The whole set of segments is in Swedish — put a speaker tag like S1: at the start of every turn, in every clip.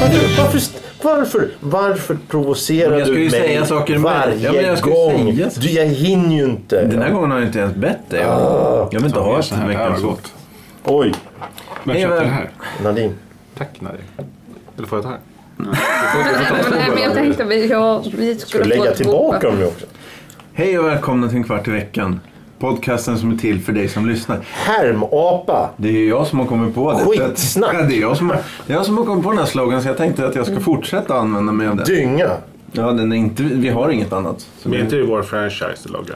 S1: Varför, varför, varför, varför provocerar
S2: Jag
S1: du
S2: skulle
S1: mig
S2: ju säga saker med.
S1: varje
S2: Ja, men jag skulle
S1: gång?
S2: säga så.
S1: du, jag hinner ju inte.
S2: Den här gången har jag inte ens bett dig. Jag vill inte ha ett
S3: Så här, det här
S2: veckans
S3: var
S2: låt.
S3: gott.
S1: Oj,
S3: Men
S2: Hej,
S3: köp
S2: väl.
S3: den här.
S1: Nadine.
S3: Tack Nadine. Eller får jag ta här?
S4: Nej, men jag tänkte vi, ja, vi
S1: Ska
S4: skulle
S1: du
S4: få
S1: lägga
S4: ett
S1: tillbaka
S4: bokpapper.
S1: dem nu också?
S2: Hej och välkomna till en kvart i veckan. Podcasten som är till för dig som lyssnar.
S1: Härmapa.
S2: Det är ju jag som har kommit på det.
S1: Skitsnack.
S2: Så att- Det är jag som har, det är jag som har kommit på den här slogan så jag tänkte att jag ska fortsätta använda mig av den.
S1: Dynga.
S2: Ja, den är inte, vi har inget annat. Så
S3: Men
S2: vi-
S3: är inte det vår franchise logga?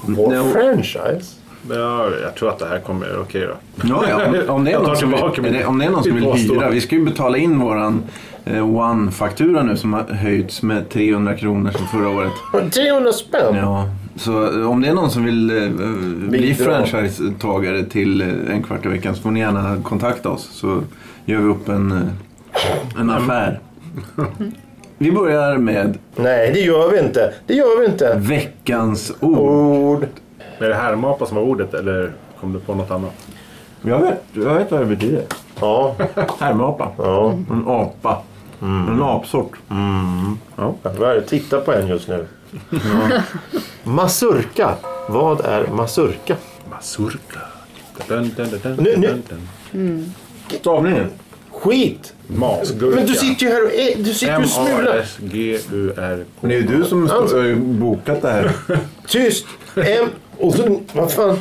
S1: Vår
S2: Nej, och-
S1: franchise.
S3: Ja, jag tror att det här kommer... Okej då.
S2: Ja, ja. om- Om, det är
S3: Jag tar
S2: någon som vill,
S3: tillbaka mitt-
S2: är det- om det är någon som
S3: mitt
S2: vill
S3: påstående.
S2: hyra. Vi ska ju betala in våran eh, One-faktura nu som har höjts med 300 kronor sedan förra året.
S1: 300 spänn.
S2: Ja, så eh, om det är någon som vill eh, eh, bli
S1: Bidra.
S2: franchisetagare till eh, en kvart i veckan så får ni gärna kontakta oss så gör vi upp en, eh, en affär. Vi börjar med
S1: Nej, det gör vi inte. Det gör vi inte.
S2: veckans ord.
S1: Ord.
S3: Är det härmapa som var ordet eller kom du på något annat?
S2: Jag vet, jag vet vad det betyder.
S1: Ja,
S2: Härmapa.
S1: ja.
S2: En apa. En apsort.
S1: Jag börjar titta på en just nu. Masurka. Vad är masurka?
S3: Mazurka. Dun, dun, dun, dun,
S1: Nu- nu-
S3: dun, dun.
S2: Stavningen.
S1: Skit!
S3: Masgurka.
S1: Men du sitter ju här och, ä- du sitter och smular.
S3: M-A-S-G-U-R-K.
S2: Men det är ju du som
S1: Alltså-
S2: har bokat det här.
S1: Tyst! M... Och så, vad fan?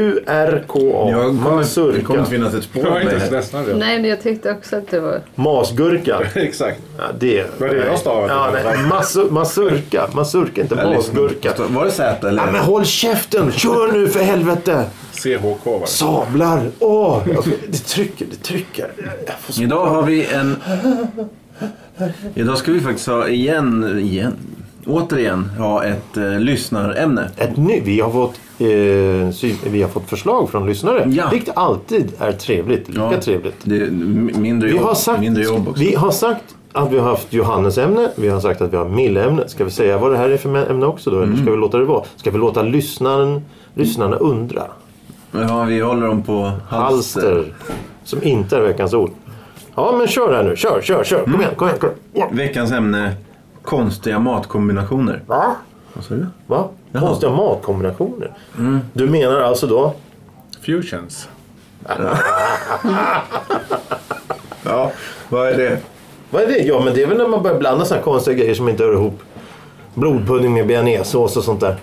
S1: M-A-S-U-R-K-A.
S2: det kommer
S1: Masurka.
S2: inte finnas ett spår
S3: Jag har
S2: med
S3: inte
S2: det
S3: ens
S2: här.
S3: nästan rätt.
S4: Nej, jag tyckte också att det var...
S1: Masgurka.
S3: Exakt.
S1: Ja, det...
S3: Vad är det jag stavade?
S1: Ja, nej. Masu, masurka. Masurka, inte
S2: liksom-
S1: masgurka.
S2: Var det Z eller?
S1: Ja, men håll käften! Kör nu för helvete!
S3: CHK var det.
S1: Sablar! Åh! Det trycker, det trycker. Jag får så-
S2: Idag har vi en... Idag ska vi faktiskt ha igen, igen, återigen ha ett eh, lyssnarämne.
S1: Ett ny, vi, har fått, eh, syn, vi har fått förslag från lyssnare.
S2: Ja.
S1: Vilket alltid är trevligt. Lika trevligt.
S2: Det är m- mindre
S1: Vi
S2: jobb,
S1: har, sagt,
S2: mindre jobb också.
S1: vi har sagt att vi har haft Johannesämne. Vi har sagt att vi har Mille-ämne. Ska vi säga vad det här är för ämne också då? Eller ska vi låta det vara? Ska vi låta lyssnaren, lyssnarna undra?
S2: Ja, vi håller dem på halster.
S1: Alster. Som inte är veckans ord. Ja men kör här nu. Kör, kör, kör. Kom igen, kom igen. Kom igen. Ja.
S2: Veckans ämne, konstiga matkombinationer.
S1: Va?
S2: Vad sa du?
S1: Va? Konstiga matkombinationer. Du menar alltså då?
S3: Fusions.
S2: Ja, vad är det?
S1: Vad är det? Ja, men det är väl när man börjar blanda såna här konstiga grejer som inte hör ihop. Blodpudding med bearnaisesås och sånt där.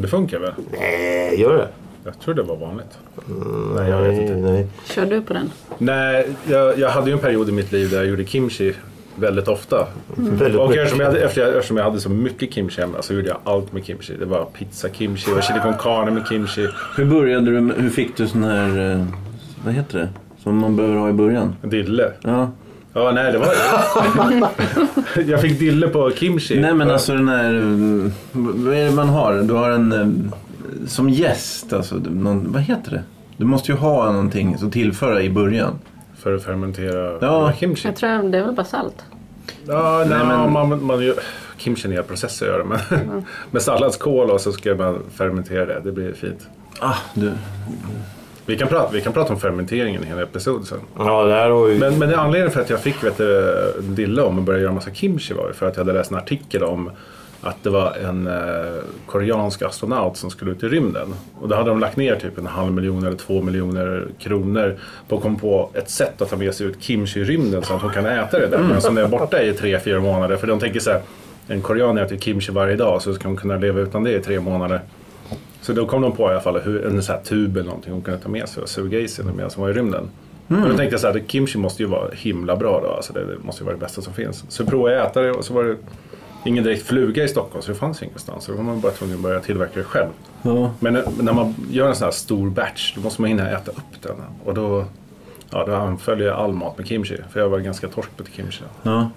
S3: Det funkar väl?
S1: Nej, gör det?
S3: Jag tror det var vanligt.
S1: Mm, Nej, jag vet inte. Nej.
S4: Kör du på den?
S3: Nej, jag, jag hade ju en period i mitt liv där jag gjorde kimchi väldigt ofta.
S1: Väldigt
S3: Och
S1: mycket.
S3: eftersom jag, hade, efter jag- eftersom jag hade så mycket kimchi hemma så gjorde jag allt med kimchi. Det var pizza kimchi, det var chili con carne med kimchi.
S2: Hur började du med, hur fick du sån här, eh, vad heter det? Som man behöver ha i början.
S3: Dille.
S2: Ja.
S3: Ja, nej det var Jag fick dille på kimchi.
S2: Nej men alltså den här, eh, vad är det man har? Du har en, eh, som gäst alltså, du- någon, vad heter det? Du måste ju ha någonting att tillföra i början.
S3: För att fermentera
S2: Ja.
S3: kimchi.
S4: Jag tror det är väl bara salt.
S3: Ja, nej, men... man, man gör, kimchi är en hel process att göra. Men med salladskål och så ska man fermentera det. Det blir fint.
S2: Ah, du.
S3: Vi kan prata, vi kan prata om fermenteringen i en episod sen.
S1: Ja, det här var ju...
S3: Men, men det är anledningen för att jag fick vet du, dille om att börja göra massa kimchi var ju för att jag hade läst en artikel om att det var en eh, koreansk astronaut som skulle ut i rymden. Och då hade de lagt ner typ en halv miljon eller två miljoner kronor på att komma på ett sätt att ta med sig ut kimchi i rymden så att hon kan äta det där medan hon är borta i tre, fyra månader. För de tänker så här, en korean äter ju kimchi varje dag så ska hon kunna leva utan det i tre månader. Så då kom de på i alla fall hur, en sån här tub eller någonting hon kunde ta med sig och suga i sig medan hon var i rymden. Och då tänkte jag så här, det- kimchi måste ju vara himla bra då. Alltså det, det måste ju vara det bästa som finns. Så provade jag att äta det och så var det ingen direkt fluga i Stockholm så det fanns ju ingenstans. Så då var man bara tvungen att börja tillverka det själv.
S2: Ja.
S3: Men eh, när man gör en sån här stor batch då måste man hinna äta upp den. Och då, ja, då anföljer jag all mat med kimchi. För jag var ganska torsk på kimchi.
S2: ja.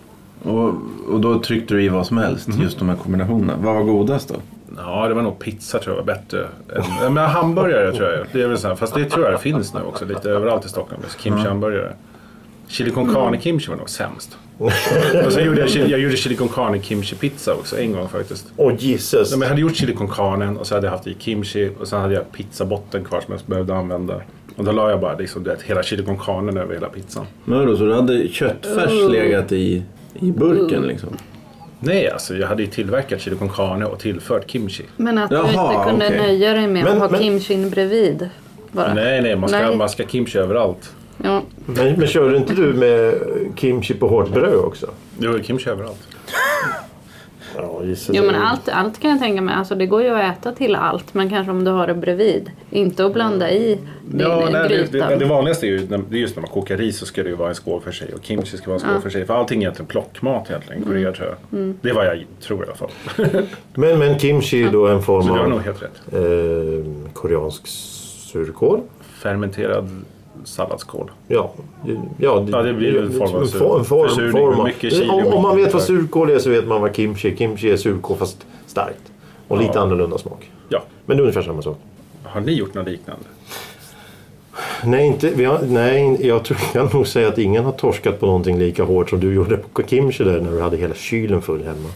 S2: Och, och då tryckte du i Mhm. vad som helst, just de här kombinationerna. Vad var godast då?
S3: Ja, det var nog pizza tror jag var bättre. än- Ja, men hamburgare tror jag. Det är väl så här, fast det tror jag det finns nu också lite överallt i Stockholm. så Kimchi-hamburgare. Chili con carne-kimchi var nog sämst. Och sen gjorde jag, chi- jag gjorde chili con carne-kimchi-pizza också en gång faktiskt.
S1: Åh Jesus.
S3: Nej, men jag hade gjort chili con carnen och så hade jag haft i kimchi och sen hade jag pizzabotten kvar som jag behövde använda. Och då la jag bara liksom, du vet, hela chili con carnen över hela pizzan.
S2: Men då, så du hade köttfärs legat i, i burken liksom?
S3: Nej, alltså jag hade ju tillverkat chili con carne och tillfört kimchi.
S4: Men att du
S2: Jaha,
S4: inte kunde
S2: okej.
S4: nöja dig med
S1: Men-
S4: att ha
S1: men-
S4: kimchin bredvid. Bara.
S3: Nej, nej, man ska,
S4: Äh. Nej.
S3: Man ska kimchi överallt.
S4: Ja.
S1: Men, men körde inte du med kimchi på hårt bröd också?
S3: Jo, kimchi överallt.
S1: Ja, Jesus.
S4: Jo men allt, allt kan jag tänka mig. Alltså, det går ju att äta till allt. Men kanske om du har det bredvid. Inte att blanda i din
S3: Ja, nej, det,
S4: gryta.
S3: det, det vanligaste är ju när, det är just när man kokar ris så ska det ju vara en skål för sig och kimchi ska vara en skål för sig. För allting är egentligen plockmat egentligen, koreer tror jag. Det är vad jag tror i alla fall.
S1: Men, men kimchi är då en form
S3: Så du har nog
S1: av
S3: helt rätt.
S1: eh, koreansk surkål.
S3: Fermenterad salladskål.
S1: Ja, ja,
S3: Ja, det blir ju en form av sur-
S1: en form,
S3: försurning,
S1: form av-
S3: mycket chili,
S1: om, om man
S3: mycket
S1: vet vad
S3: stark.
S1: surkål är så vet man vad kimchi är. Kimchi är surkål fast starkt. Och lite
S3: Ja.
S1: annorlunda smak.
S3: Ja,
S1: Men det är ungefär samma sak.
S3: har ni gjort något liknande?
S1: Nej, inte, vi har, nej jag tror jag kan nog säga att ingen har torskat på någonting lika hårt som du gjorde på kimchi där när du hade hela kylen full hemma.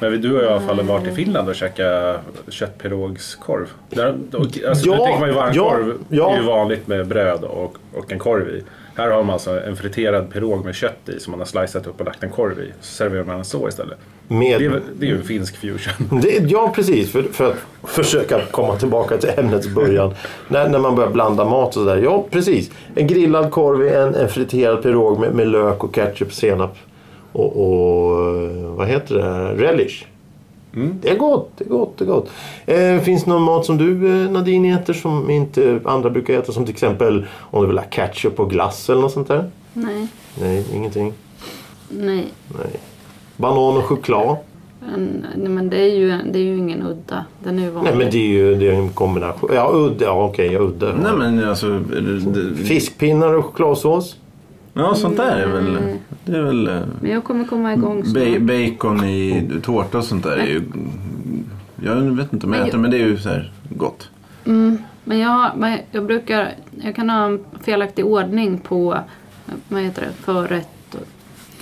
S3: Men vi- du har i alla fall varit i Finland och käkat köttpirogskorv. Där, och- alltså,
S1: Ja,
S3: nu tänker man ju varm
S1: ja,
S3: korv
S1: ja.
S3: är ju vanligt med bröd och, och en korv i. Här har man alltså en friterad pirog med kött i som man har slicat upp och lagt en korv i. Så serverar man den så istället.
S1: Med,
S3: Det är, väl- det är ju en finsk fusion.
S1: Det, ja, precis. För, för att försöka komma tillbaka till ämnets början. när, när man börjar blanda mat och sådär. Ja, precis. En grillad korv, i en, en friterad pirog med, med lök och ketchup, senap och, och eh, vad heter det? här? Relish. Det är gott, det är gott, det är gott. Eh, finns det någon mat som du eh, Nadine äter som inte andra brukar äta? Som till exempel om du vill ha ketchup på glass eller något sånt där?
S4: Nej.
S1: Nej, ingenting.
S4: Nej.
S1: Nej. Banan och choklad?
S4: Men, nej, men det, är ju, det är ju ingen udda. Den är ju vanlig.
S1: Nej, men det är ju det är en kombination. Ja, udda. Ja, okej, ja, udda.
S2: Nej men alltså... det- det-
S1: Mm. Fiskpinnar och chokladsås.
S2: Ja, sånt där är väl... Det är väl... eh,
S4: Men jag kommer komma igång snart.
S2: Ba- bacon i tårta och sånt där är ju... Jag vet inte om jag
S4: Men-
S2: äter men det är ju så här gott.
S4: Men jag, har- men jag brukar, jag kan ha en felaktig ordning på, vad heter det, förrätt och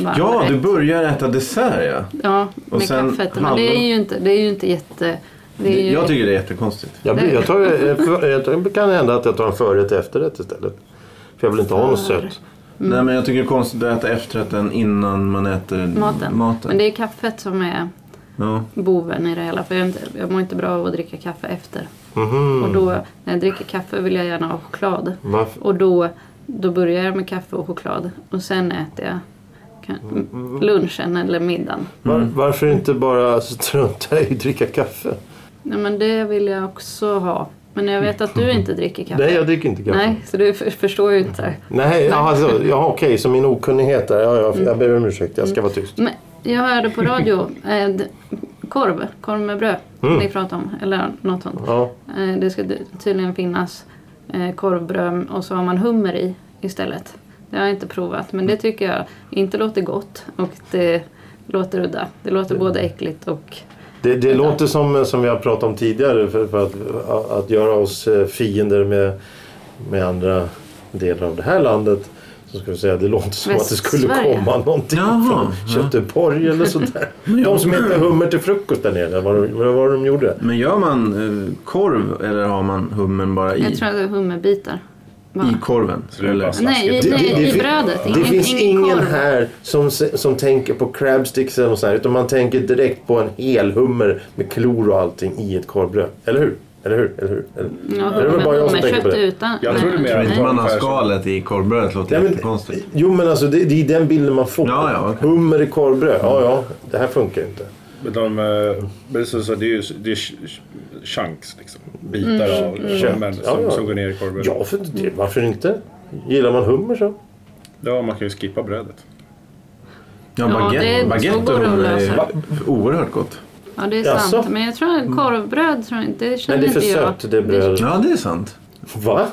S4: varmrätt.
S2: Ja, du börjar äta dessert ja.
S4: Ja, med
S2: och sen
S4: kaffet. Men
S2: hallon.
S4: det är ju inte, det är ju inte jätte... Det är ju,
S2: Jag tycker det är jättekonstigt.
S1: Jag, blir, jag, tar, jag, för- jag tar, det kan hända att jag tar en förrätt och efterrätt istället. För jag vill inte ha något sött.
S4: Mm.
S2: Nej men jag tycker det är konstigt att äta efterrätten innan man äter
S4: maten. Men det är kaffet som är
S2: Ja.
S4: boven i det hela. För jag, är inte, jag mår inte bra av att dricka kaffe efter.
S2: Mhm.
S4: Och då, när jag dricker kaffe vill jag gärna ha choklad.
S1: Varför?
S4: Och då, då börjar jag med kaffe och choklad. Och sen äter jag
S2: Mm.
S4: kan- lunchen eller middagen.
S1: Var, varför inte bara strunta i att dricka kaffe?
S4: Nej men det vill jag också ha. Men jag vet att du inte dricker kaffe.
S1: Nej, jag dricker inte kaffe.
S4: Nej, så du för, förstår ju inte.
S1: Nej, ja, alltså, ja, okej, så min okunnighet där. Ja, jag, jag ber om ursäkt, jag ska vara tyst.
S4: Men jag hörde på radio, eh, d- korv, korv med bröd,
S1: Mm.
S4: ni pratade om, eller något sånt.
S1: Ja.
S4: Eh, det ska ty- tydligen finnas eh, korvbröd och så har man hummer i istället. Det har jag inte provat, men det tycker jag inte låter gott och det låter udda. Det låter både äckligt och...
S1: Det, det låter som, som vi har pratat om tidigare för, för att, att göra oss eh, fiender med, med andra delar av det här landet. Så ska vi säga, det låter som att det skulle
S4: Västsverige.
S1: komma någonting
S2: Jaha,
S1: från
S2: ja.
S1: Göteborg eller sådär. De som äter hummer till frukost där nere, vad de- vad var det de gjorde?
S2: Men gör man eh, korv eller har man hummen bara
S4: Jag
S2: i?
S4: tror att det är hummerbitar. bara.
S2: I korven?
S3: Så det är bara-
S4: Nej, i,
S3: Det-
S4: nej,
S1: det-
S4: i brödet.
S1: Det
S4: Ingen,
S1: finns
S4: ingen,
S1: ingen
S4: korv.
S1: här som, se- som tänker på crabsticks eller något sånt här, utan man tänker direkt på en hel hummer med klor och allting i ett korvbröd. Eller hur? Eller hur? Eller hur? Eller...
S4: Ja,
S1: det är väl bara jag som
S4: hummer-
S1: tänker på
S4: kött
S1: det.
S4: utan...
S3: Jag tror det är mer-
S4: nej.
S2: Inte man har
S3: Ungefär så.
S2: skalet i korvbrödet låter
S1: Ja, men-
S2: jättekonstigt.
S1: Jo men alltså det, det är den bilden man får.
S2: Ja, ja, okej.
S1: Hummer i korvbröd. Ja, ja. Det här funkar ju inte.
S3: Men De, eh, men så, så, det är ju det är ch- chunks liksom. Bitar av
S1: Kött.
S3: men, som,
S1: Ja, ja.
S3: som går ner i
S2: Mm.
S3: korven. Ja.
S1: Ja, för det, varför inte? Gillar man hummer så.
S3: man kan ju skippa brödet.
S2: Ja,
S4: Ja, det-
S2: baguette,
S4: så
S2: baguette och
S4: går det att
S2: hummer är
S4: lösa.
S2: ju oerhört gott.
S4: Ja, det är
S1: Jaså?
S4: sant. Men jag tror att korvbröd, tror jag, inte- det
S1: Nej,
S4: känner
S1: det är för
S4: inte jag.
S1: sött det brödet.
S2: Ja, det är sant.
S1: Va?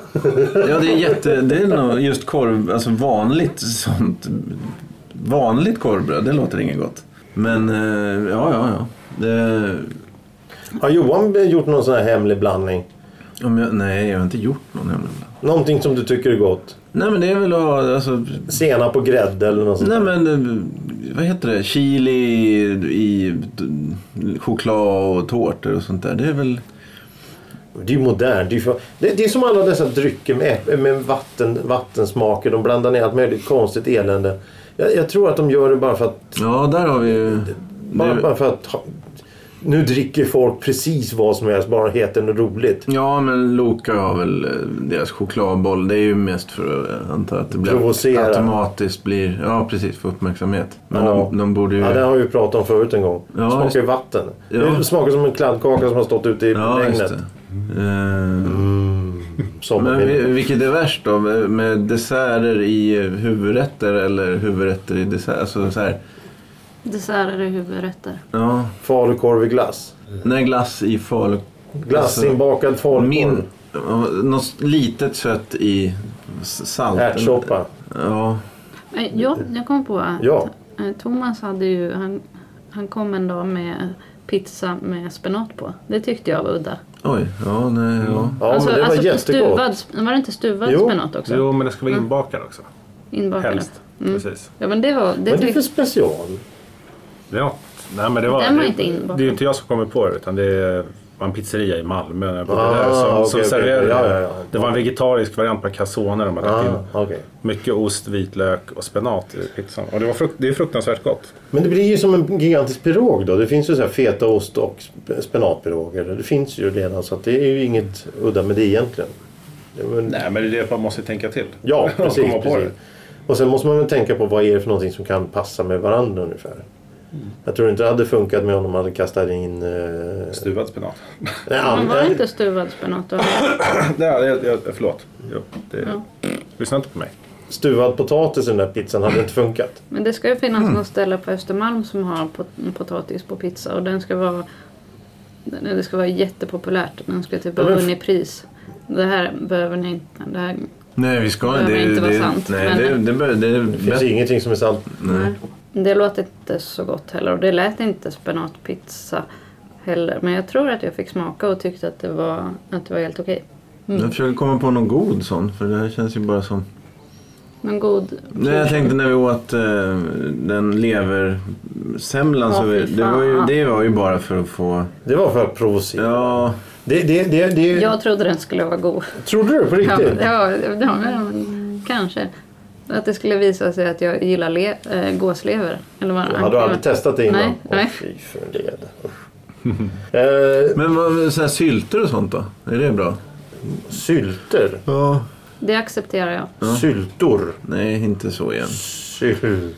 S2: Ja, det är jätte... Det är nog just korv... Alltså vanligt sånt... Vanligt korvbröd, det låter inget gott. Men eh, ja, ja, ja. Det,
S1: Har Johan gjort någon sån här hemlig blandning?
S2: Om jag, nej, jag har inte gjort någon hemlig blandning.
S1: Någonting som du tycker är gott?
S2: Nej, men det är väl att ha... Alltså,
S1: Senap och grädde eller något sånt
S2: nej,
S1: där.
S2: men eh, vad heter det? Chili i i choklad och tårtor och sånt där. Det är väl...
S1: Det är ju modernt. Det är, ju för... det, det är som alla dessa drycker med, äpp- med vatten, vattensmaker. De blandar ner allt möjligt konstigt elände. Jag, jag tror att de gör det bara för att...
S2: Ja, där har vi ju...
S1: Bara,
S2: det-
S1: bara för att ha... Nu dricker folk precis vad som helst, bara det heter något roligt.
S2: Ja, men Loka har väl eh, deras chokladboll. Det är ju mest för att eh, anta att det blir
S1: Provocera.
S2: automatiskt blir... Ja, precis. För uppmärksamhet. Men
S1: Ja.
S2: de, de borde ju...
S1: Ja, den har vi ju pratat om förut en gång.
S2: Mm. Ja,
S1: smakar
S2: just-
S1: ju vatten.
S2: Ja.
S1: Det smakar som en kladdkaka som har stått ute i
S2: Ja, just
S1: regnet.
S2: det. Eh,
S1: Mm.
S2: Men
S1: Sommarminnen.
S2: vi- vilket är värst då? Med med desserter i eh, huvudrätter eller huvudrätter i dessert? Alltså så här,
S4: Desserter är huvudrätter.
S2: ja.
S1: Falukorv i glass.
S2: Nej, glass i falu...
S1: Glass
S2: Alltså,
S1: inbakad falukorv.
S2: Min... ja, Något litet sött i s- salt.
S1: Ärtsoppa.
S2: Ja.
S4: Men jag, Eh, jag kom på att
S1: Mm. Ja.
S4: eh, Thomas hade ju, han, han kom en dag med pizza med spenat på. Det tyckte jag var udda.
S2: Oj, ja, nej, ja.
S1: Ja,
S4: Alltså,
S1: men det var jättegott.
S4: stuvad, var det inte stuvad
S1: Jo.
S4: spenat också?
S3: Jo, men det ska vara inbakad också.
S4: Inbakad.
S3: Helst. Precis.
S4: Ja men det var, det
S1: Vad är det för
S4: tyckte,
S1: special?
S3: Det är något. Nej, men det var,
S4: Den var
S3: det,
S4: inte inbakad.
S3: Det är ju inte jag som kommer på det utan det är, var en pizzeria i Malmö när jag bodde
S1: Ah,
S3: där, som,
S1: okej,
S3: som
S1: okej.
S3: serverade
S1: Ja, ja,
S3: det.
S1: ja.
S3: Det var en vegetarisk variant på calzone de hade lagt
S1: Ah,
S3: in.
S1: okej.
S3: Mycket ost, vitlök och spenat i pizzan. Och det, var frukt, det är fruktansvärt gott.
S1: Men det blir ju som en gigantisk pirog då. Det finns ju så här fetaost och sp- spenatpiroger. Det finns ju redan så att det är ju inget udda med det egentligen. Det är väl-
S3: Nej, men det är det man måste tänka till.
S1: Ja,
S3: Och
S1: precis.
S3: komma på
S1: precis. Och sen måste man väl tänka på vad är det för någonting som kan passa med varandra ungefär.
S4: Mm.
S1: Jag tror inte det hade funkat med om de hade kastat in... Eh,
S3: det. Stuvad spenat.
S1: nej,
S4: han var
S1: nej.
S4: inte stuvad spenat då?
S3: Nej, jag, jag, förlåt. Jo, det, Lyssna inte på mig.
S1: Stuvad potatis i den där pizzan hade inte funkat.
S4: Men det ska ju finnas
S1: Mm.
S4: något ställe på Östermalm som har pot- potatis på pizza och den ska vara den- Det ska vara jättepopulärt. Den ska typ ha
S1: Ja, men f-
S4: vunnit pris. Det här behöver ni inte. Det här,
S2: Nej, vi ska
S4: Behöver
S2: det,
S4: inte vara
S2: det,
S4: sant,
S2: Nej,
S4: men-
S2: det, det, bör- det är
S1: Det finns
S2: bättre.
S1: ingenting som är sant.
S4: nej. Det låter inte så gott heller och det lät inte spenatpizza heller. Men jag tror att jag fick smaka och tyckte att det var, att det var helt okej.
S2: Jag försöker komma på någon god sån, för det här känns ju bara som...
S4: Någon god...
S2: Nej, jag tänkte när vi åt eh, den leversemlan.
S4: Ja,
S2: så vi,
S4: fy
S2: det, var ju,
S4: fan.
S2: det var ju bara för att få...
S1: Det var för att provocera.
S2: Ja,
S1: Det, det, det, det,
S4: Jag trodde den skulle vara god.
S1: Trodde du på
S4: Ja,
S1: riktigt?
S4: ja, ja, men, kanske. Att det skulle visa sig att jag gillar le- äh, gåslever. Eller vad
S1: Har du aldrig testat det innan?
S4: Nej,
S1: Åh,
S4: nej.
S1: fy för en led. eh,
S2: men vad, så här, sylter och sånt då? Är det bra?
S1: sylter.
S2: Ja.
S4: Det accepterar jag.
S1: Syltor.
S2: Nej, inte så igen.
S1: Sylt.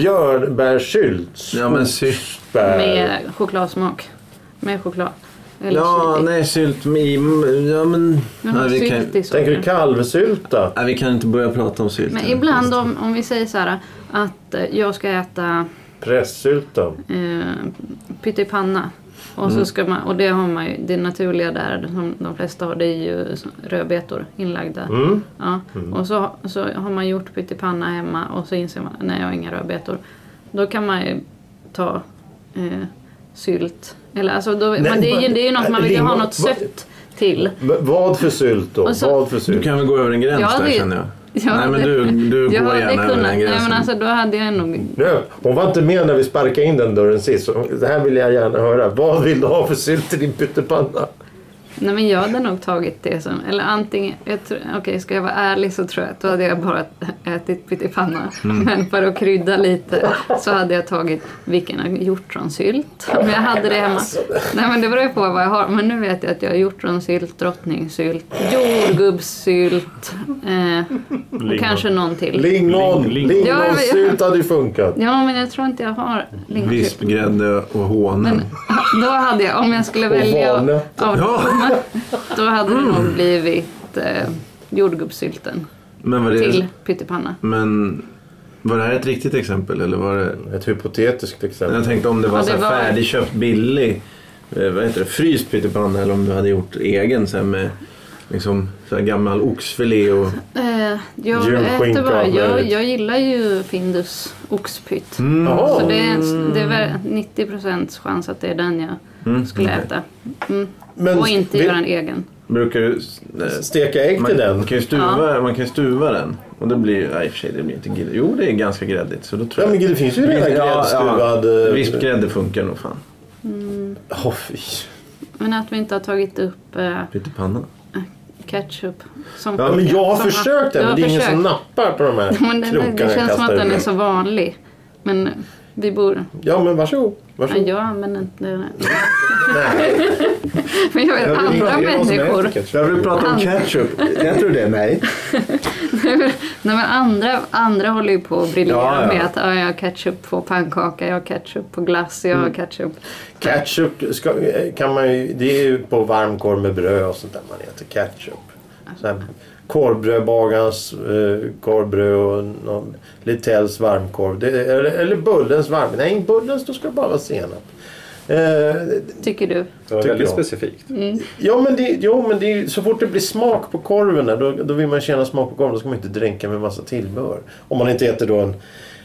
S1: Björnbärssylt.
S2: Ja, men sylt...
S1: Skogsbär.
S4: Med chokladsmak. Med choklad.
S2: Äh.
S4: Eller
S2: Ja,
S4: chili.
S2: nej, sylt med... Ja, men...
S4: Men har
S2: nej, vi,
S4: sylt
S2: kan,
S4: i så
S1: Tänker du
S4: fall.
S1: kalvsylta?
S2: nej, vi kan inte börja prata om sylt.
S4: Men
S2: här.
S4: ibland om, om vi säger så här att eh, jag ska äta
S1: Pressylta?
S4: eh, pyttipanna. Och,
S2: Mm.
S4: så ska man, och det har man ju, det naturliga där som de flesta har det är ju så- rödbetor inlagda.
S2: Mm.
S4: Ja. Och så, så har man gjort pyttipanna hemma och så inser man nej jag har inga rödbetor. Då kan man ju ta eh, sylt. Eller, alltså, då, men det, är ju, det är ju något man vill ju ha
S1: lingon-
S4: något sött till.
S1: V- Vad för sylt då?
S4: Och så-
S1: Vad för
S2: Du
S1: sylt?
S2: kan väl gå över en gräns
S4: Ja,
S2: där,
S4: det-
S2: känner jag.
S4: Ja,
S2: nej, men
S4: det-
S2: du, du
S4: jag
S2: går
S4: hade
S2: gärna över
S4: kunnat,
S2: den
S4: nej,
S2: gränsen.
S4: men alltså, då hade jag nog
S1: Nu, hon var inte med när vi sparkade in den dörren sist. så Det här vill jag gärna höra. Vad vill du ha för sylt i din pyttipanna?
S4: Nej men jag hade nog tagit det som, eller antingen, jag tror- okej ska jag vara ärlig så tror jag att då hade jag bara ätit pyttipanna. Men för att krydda lite så hade jag tagit vilken hjortronsylt. Om jag hade det hemma. Nej men det beror ju på vad jag har. Men nu vet jag att jag har hjortronsylt, drottningsylt, jordgubbssylt eh, och kanske någon till.
S1: Lingon!
S3: Ling- ling-
S1: Lingonsylt hade ju funkat.
S4: Ja men jag tror inte jag har lingonsylt.
S2: Vispgrädde och honung.
S4: Men då hade jag, om jag skulle
S1: Och
S4: välja av
S1: valnötter.
S4: dem, då hade det nog blivit eh, jordgubbssylten
S2: Men var det,
S1: Eh,
S4: till pyttipanna.
S2: men var det här ett riktigt exempel eller var det?
S1: Ett hypotetiskt exempel.
S2: Jag tänkte om det var,
S4: Ja, det
S2: så här
S4: var-
S2: färdigköpt billig, eh, vad heter det, fryst pyttipanna eller om du hade gjort egen så här med liksom så här gammal oxfilé och...
S4: Eh, jag,
S1: Julskinka
S4: äter bara,
S1: och
S4: jag,
S1: möjligt.
S4: jag gillar ju Findus oxpytt.
S1: Jaha.
S4: Så det är, det är väl 90 chans att det är den jag skulle jag äta. Mm.
S1: Men
S4: och inte
S1: vi-
S4: göra en egen.
S2: Brukar du... s- eh,
S1: Steka ägg
S2: Man,
S1: till
S2: man,
S1: den.
S2: kan ju stuva, man kan ju stuva den. Och det blir... Nej, i och för sig, det blir inte gräddigt. Jo, det är ganska gräddigt. Så då tror
S1: Ja,
S2: jag...
S1: men det finns ju redan gräddstuvad...
S2: Ja,
S1: eh,
S2: Vispgrädde funkar nog fan.
S1: Åh, fy.
S4: Men att vi inte har tagit upp eh,
S2: Pyttipanna.
S4: ketchup. Som
S1: Ja, men jag har
S4: som-
S1: försökt
S4: Du
S1: den,
S4: har
S1: men det är ingen som
S4: försökt.
S1: nappar på de här
S4: men det, det,
S1: krokarna jag
S4: känns som
S1: kastar
S4: att den är
S1: ut.
S4: så vanlig. Men vi bor...
S1: Ja, men varsågod.
S4: Men
S1: varsågod.
S4: jag använder inte den. men jag vet andra människor.
S2: Jag vill prata om ketchup. Jag tror det, nej.
S4: Nej, men andra, andra håller ju på och briljerar
S2: Ja, ja.
S4: med att ja, jag har ketchup på pannkaka, jag har ketchup på glass, jag har
S1: Mm.
S4: ketchup.
S1: Ketchup ska, kan man ju, det är ju på varmkorv med bröd och sånt där man äter ketchup. Så här, korvbrödbagarens eh, korvbröd och någon, Littells varmkorv. Det, eller, eller Bullens varm. Nej, inte Bullens då ska det bara vara senap. Eh,
S4: Tycker du?
S5: Det var
S1: Tycker
S5: väldigt
S1: jag.
S5: specifikt.
S3: Mm.
S1: ja, men, det, jo, men det, är ju- så fort det blir smak på korven där, då, då vill man känna smak på korven. Då ska man inte dränka med massa tillbehör. Om man inte äter då en,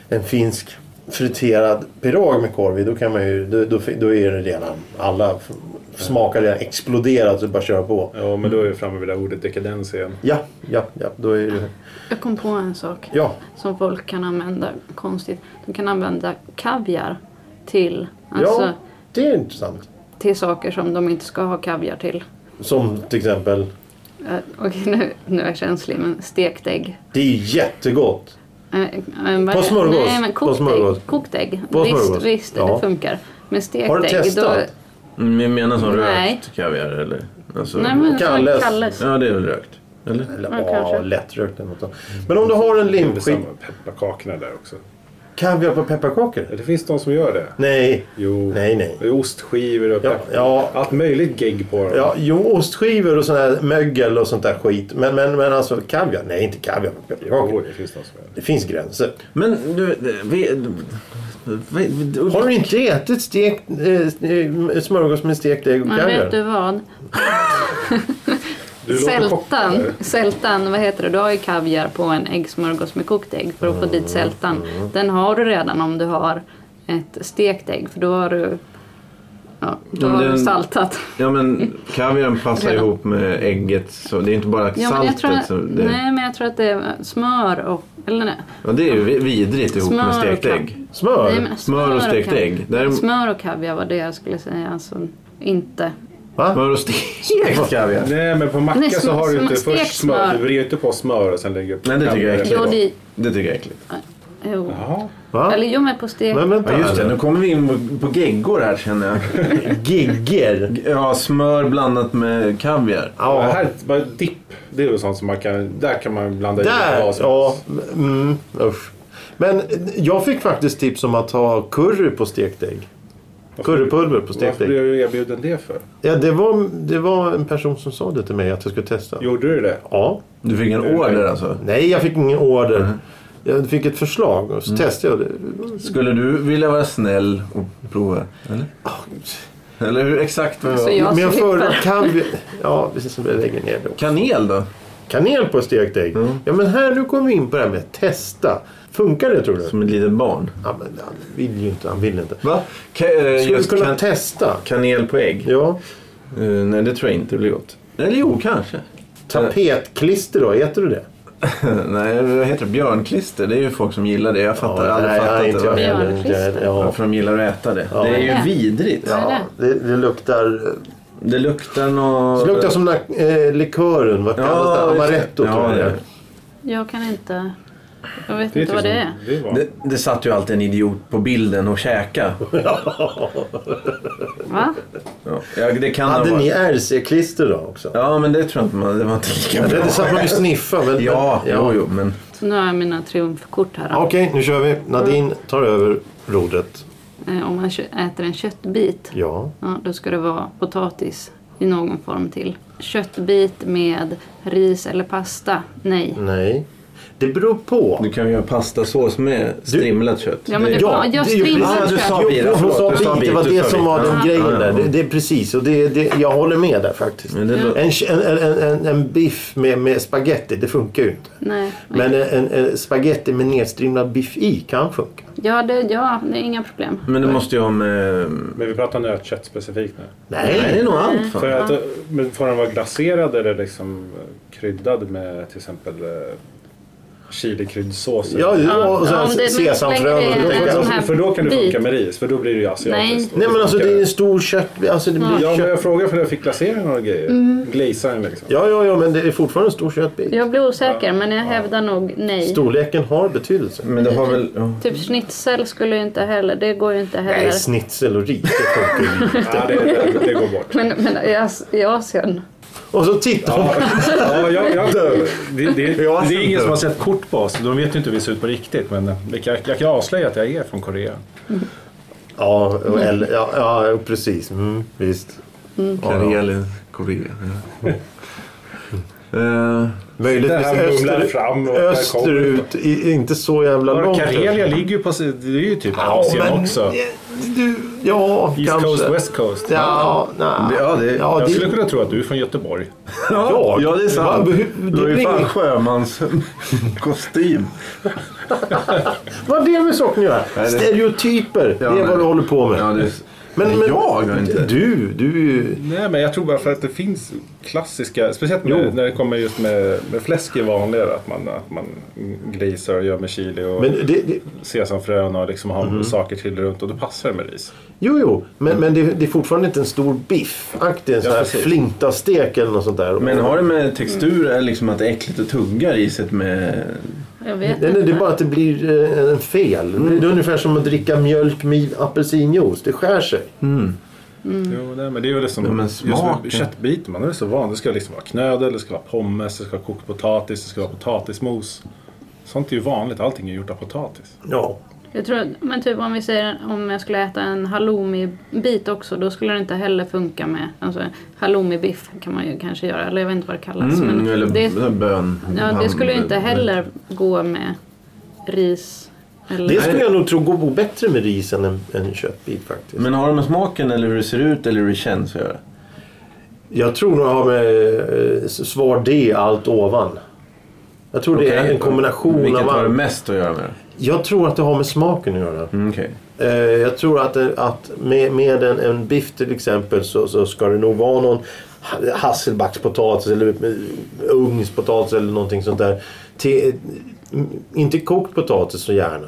S1: en finsk friterad pirog med korv i, då kan man ju, då, då, då är det redan, alla f- smakar redan exploderat så bara köra på.
S5: Ja, men då är vi framme vid det här ordet dekadens igen.
S1: Ja, ja, ja, då är det,
S4: Jag kom på en sak
S1: ja.
S4: som folk kan använda konstigt. De kan använda kaviar till, alltså,
S1: Ja, det är intressant.
S4: till saker som de inte ska ha kaviar till.
S1: Som till exempel,
S4: Eh, Okej, nu, nu är jag känslig, men stekt ägg.
S1: det är jättegott.
S4: Eh, eh, vad-
S1: På smörgås.
S4: Nej, men
S1: På
S4: kokt
S1: smörgås.
S4: ägg. Kokt ägg.
S1: På smörgås.
S4: visst, visst
S1: Ja.
S4: det funkar. Men stekt
S1: Har du
S4: ägg,
S1: testat?
S2: Mm, jag menar som
S4: Nej.
S2: rökt kaviar eller? Alltså,
S4: Då, nej, men
S1: Kalles.
S4: Kalles. Kalles.
S2: Ja, det är väl rökt. Eller?
S1: Eller
S4: Ja,
S1: ja,
S4: kanske.
S1: lättrökt eller något sånt. Men om du har en
S5: Det är väl
S1: limpskiva,
S5: samma pepparkakorna där också.
S1: kaviar på pepparkakor?
S5: Ja, Det finns de som gör det.
S1: Nej.
S5: Jo.
S1: Nej, nej.
S5: Det är ostskivor och
S1: Ja,
S5: pepp-
S1: ja,
S5: Allt möjligt gegg på dem.
S1: Ja, jo, ostskivor och sån här mögel och sånt där skit. Men, men, men alltså kaviar? Nej, inte kaviar. men
S5: Jo,
S1: Pepparkakor.
S5: det finns de som gör det.
S1: Det finns gränser.
S2: Men du... Vi, vi, vi,
S1: Har du inte ätit stekt, eh, eh, smörgås med stekt ägg och
S4: Men vet
S1: kaviar?
S4: du vad?
S5: Du låter chockad
S4: Sältan,
S5: där.
S4: sältan, vad heter det? Du har ju kaviar på en äggsmörgås med kokt ägg för att få
S2: Mm.
S4: dit sältan. Den har du redan om du har ett stekt ägg för då har du, ja, då
S2: Ja, men
S4: har du
S2: den-
S4: saltat.
S2: Ja men kaviaren passar
S4: Redan.
S2: ihop med ägget. Så det är inte bara
S4: Ja, men jag
S2: saltet.
S4: tror,
S2: som det,
S4: Nej, men jag tror att det är smör och... Eller nej.
S2: Ja, det är ju vi- vidrigt ihop
S4: Smör
S2: med
S4: och
S2: stekt
S4: ka-
S2: ägg.
S1: Smör?
S4: nej men
S2: Smör och stekt
S4: kaviar.
S2: ägg. Däremot-
S4: Smör och kaviar var det jag skulle säga. Alltså, inte.
S1: Va?
S2: Smör och stekt kaviar.
S5: Nej, men på macka
S4: Nej,
S5: så
S4: smör-
S5: har du inte
S4: smör-
S5: först
S4: stekt
S5: smör.
S4: smör.
S5: Du vrider ju inte på smör och sen lägger upp
S2: Nej, det tycker jag är äckligt.
S4: Jo,
S2: var-
S4: det,
S2: Det tycker jag är äckligt.
S4: jo.
S5: Jaha.
S1: Va?
S4: Eller jo, men på stekt...
S1: Men vänta
S2: Ja just det,
S1: här.
S2: nu kommer vi in på- på geggor här känner jag.
S1: Gigger?
S2: Ja, smör blandat med kaviar.
S5: Ja.
S1: Ja.
S5: Här, bara dipp, det är väl sånt som man kan... Där kan man blanda i
S1: Där!
S5: vad som
S1: Ja.
S5: helst.
S1: Mm, usch. Men jag fick faktiskt tips om att ha curry på stekt ägg. Currypulver på stekt
S5: Varför blev
S1: ägg.
S5: du erbjuden det för?
S1: Ja, det, var, det var en person som sa det till mig att jag skulle testa.
S5: Gjorde du det?
S1: Ja.
S2: Du fick en order alltså.
S1: Nej, jag fick ingen order. Jag fick ett förslag och så testade jag. det.
S2: Skulle du vilja vara snäll och prova? Eller? Eller hur exakt? vad-
S4: Alltså, jag-
S1: Men jag
S4: slipper.
S1: föredrar kaviar. Ja, precis som jag lägger ner det.
S2: Kanel då?
S1: Kanel på stekt ägg. Ja, men här nu kommer vi in på det här med att testa. Funkar det tror du?
S2: Som ett litet barn.
S1: Ja, men han vill ju inte. Han vill inte.
S2: Va? Ka- eh,
S1: Skulle du
S2: just
S1: kunna
S2: kan-
S1: testa?
S2: kanel på ägg?
S1: Ja.
S2: Eh, nej, det tror jag inte blir gott. Eller jo, kanske.
S1: Tapetklister då, äter du det?
S2: Nej, vad heter det? Björnklister. Det är ju folk som gillar det. Jag fattar aldrig
S1: nej, nej,
S2: fattat
S1: inte
S2: det.
S1: jag
S2: Varför,
S1: heller.
S4: Björnklister.
S1: Inte jag heller. Ja.
S2: varför de gillar att äta det.
S1: Ja.
S2: Det är ju
S4: Ja.
S2: vidrigt.
S4: Vad
S1: Ja,
S4: är
S1: det, det luktar...
S2: Det luktar nå...
S1: Det luktar som den här eh, likören. Vad kallas det? Amaretto
S2: ja,
S1: tror jag det är.
S2: det.
S4: Jag kan inte... Jag vet
S5: är typ
S4: inte vad det är.
S5: som- Det är vanligt.
S2: Det, det satt ju alltid en idiot på bilden och käka.
S4: Va?
S2: Ja, ja, det kan ha
S1: Hade
S2: varit-
S1: ni RC-klister då också?
S2: Ja, men det tror jag inte man... Det var inte lika
S1: Det,
S2: bra.
S1: det satt man ju sniffa. Men,
S2: Ja, jo, jo, men...
S4: Så nu har jag mina triumfkort här. då.
S1: Okej, nu kör vi. Nadine tar över rodret.
S4: Eh, Om man kö- äter en köttbit,
S1: Ja.
S4: ja, då ska det vara potatis i
S1: Mm.
S4: någon form till. Köttbit med ris eller pasta? Nej.
S1: Nej. Det beror på.
S2: Du kan ju göra pastasås med strimlat kött.
S4: Ja, men det,
S1: Ja,
S4: ja, jag
S1: det är ju
S4: strimlar
S1: precis-
S2: du sa
S4: kött.
S2: bit,
S1: Jo, hon
S2: förlåt, du sa
S1: sa bit. Det
S2: bit,
S1: var
S2: du
S1: det
S2: sa
S1: som
S2: bit.
S1: var den
S2: Ja.
S1: grejen där.
S2: Ja.
S1: Det, det är precis. Och det, det, jag håller med där faktiskt.
S2: Men det lå-
S1: En, en, en, en, en biff med, med spaghetti, det funkar ju inte.
S4: Nej.
S1: Men en, en, en spaghetti med nedstrimlad biff i kan funka.
S4: Ja, det, ja, det är inga problem.
S2: Men det måste ju ha med...
S5: Men vi pratar nötkött specifikt nu.
S1: Nej,
S2: Nej, det är nog
S4: Mm.
S2: allt.
S5: För
S2: Fan.
S5: att, eh, men får den vara glaserad eller liksom eh, kryddad med till exempel eh, chilikryddssås? eller-
S1: Ja, ja, och
S4: Ja,
S1: sen
S4: om det-
S1: sesamfrön.
S4: längre
S1: och-
S4: är en
S5: För då-
S4: sån här
S5: för då kan du
S4: bit.
S5: funka med ris, för då blir det ju asiatiskt.
S1: Nej men alltså det är en stor kött... Alltså det blir
S5: Ja, men
S1: kött.
S5: jag frågar för jag fick glasera några grejer. Mm. Glazea den liksom.
S1: Ja, ja, ja, men det är fortfarande en stor köttbit.
S4: Jag blir osäker, men jag hävdar nog nej.
S1: Storleken har betydelse.
S2: Men det har väl... ja.
S4: Typ schnitzel skulle ju inte heller, det går ju inte heller.
S1: Nej, snitsel och ris. det funkar ju.
S5: Ja, det, det, det går bort.
S4: Men, men i As- i Asien.
S1: Och så tittar hon.
S5: Ja, jag, jag, det, det,
S1: Jag
S3: Det är ingen
S1: inte.
S3: som har sett kort på oss. De vet ju inte hur vi ser ut på riktigt. Men
S5: eh,
S3: jag, kan- jag kan avslöja att jag är från Korea.
S1: Ja, och
S3: Mm.
S1: eller, ja, ja precis. Mm, visst.
S2: Karelien, Korea. ja. Eh,
S5: det
S1: Möjligtvis
S5: här mumlar
S1: öster,
S5: fram. och där kommer-
S1: österut. I, inte så jävla långt.
S3: Karelia ligger ju på... si- Det är ju typ
S1: Ja,
S3: Asien
S1: men-
S3: också.
S1: Du, ja,
S3: East
S1: kanske.
S3: Coast, West Coast.
S1: Ja, nej.
S2: Ja, det-
S1: ja,
S3: Jag
S1: det-
S3: skulle kunna tro att du är från Göteborg.
S1: Ja,
S2: ja, det är sant.
S1: va, hur-
S2: Du har
S1: det
S2: ju
S1: är
S2: fan
S1: ingen-
S2: sjömanskostym.
S1: Vad är det med saken att göra?
S2: det-
S1: Stereotyper, det är
S2: nej.
S1: vad du håller på med.
S2: Ja, det är...
S1: Men, men
S2: jag har inte.
S1: Du, du är ju...
S3: Nej, men jag tror bara för att det finns klassiska, speciellt med, när det kommer just med, med fläsk är vanligare, att man, att man grisar och gör med chili och
S1: Men det, det,
S3: sesamfrön och liksom har saker till runt och då passar det med ris.
S1: jo, jo, men, men det, det är fortfarande inte en stor biff. Aktig en sån här
S3: precis.
S1: flintastek eller något sånt där.
S2: Men har det med textur, eller liksom att det är äckligt att tugga riset med...
S4: Jag vet
S1: Nej, nej, det är
S4: inte.
S1: bara att det blir eh, en fel.
S2: Mm.
S1: Det är ungefär som att dricka mjölk med apelsinjuice. Det skär sig.
S3: Jo, nej, men det är ju liksom,
S2: Ja, men
S3: just med
S2: smaken.
S3: köttbiten, man är så van. Det ska liksom vara knödel, det ska vara pommes, det ska vara kokt potatis, det ska vara potatismos. Sånt är ju vanligt, allting är gjort av potatis.
S1: Ja.
S4: Jag tror, men typ om vi säger om jag skulle äta en halloumi-bit också, då skulle det inte heller funka med. Alltså, halloumi-biff kan man ju kanske göra, eller jag vet inte vad det
S1: Mm,
S4: kallas. men
S2: Mm, eller
S4: det,
S2: bön.
S4: ja, det skulle ju inte heller gå med ris. Eller,
S1: Det skulle jag nog tro går bättre med ris än en, en köttbit faktiskt.
S2: Men har det med smaken eller hur det ser ut eller hur det känns att göra?
S1: Jag tror nog jag har med eh, s- svar D, allt ovan. Jag tror det är
S2: Okej.
S1: en kombination
S2: Vilket
S1: av
S2: har det
S1: allt.
S2: mest att göra med?
S1: Jag tror att det har med smaken att göra.
S2: Mm, okej.
S1: Eh, jag tror att, det- att med, med en, en biff till exempel så, så ska det nog vara någon ha- hasselbackspotatis eller eh, ugnspotatis eller någonting sånt där. Till, eh, m- inte kokt potatis så gärna.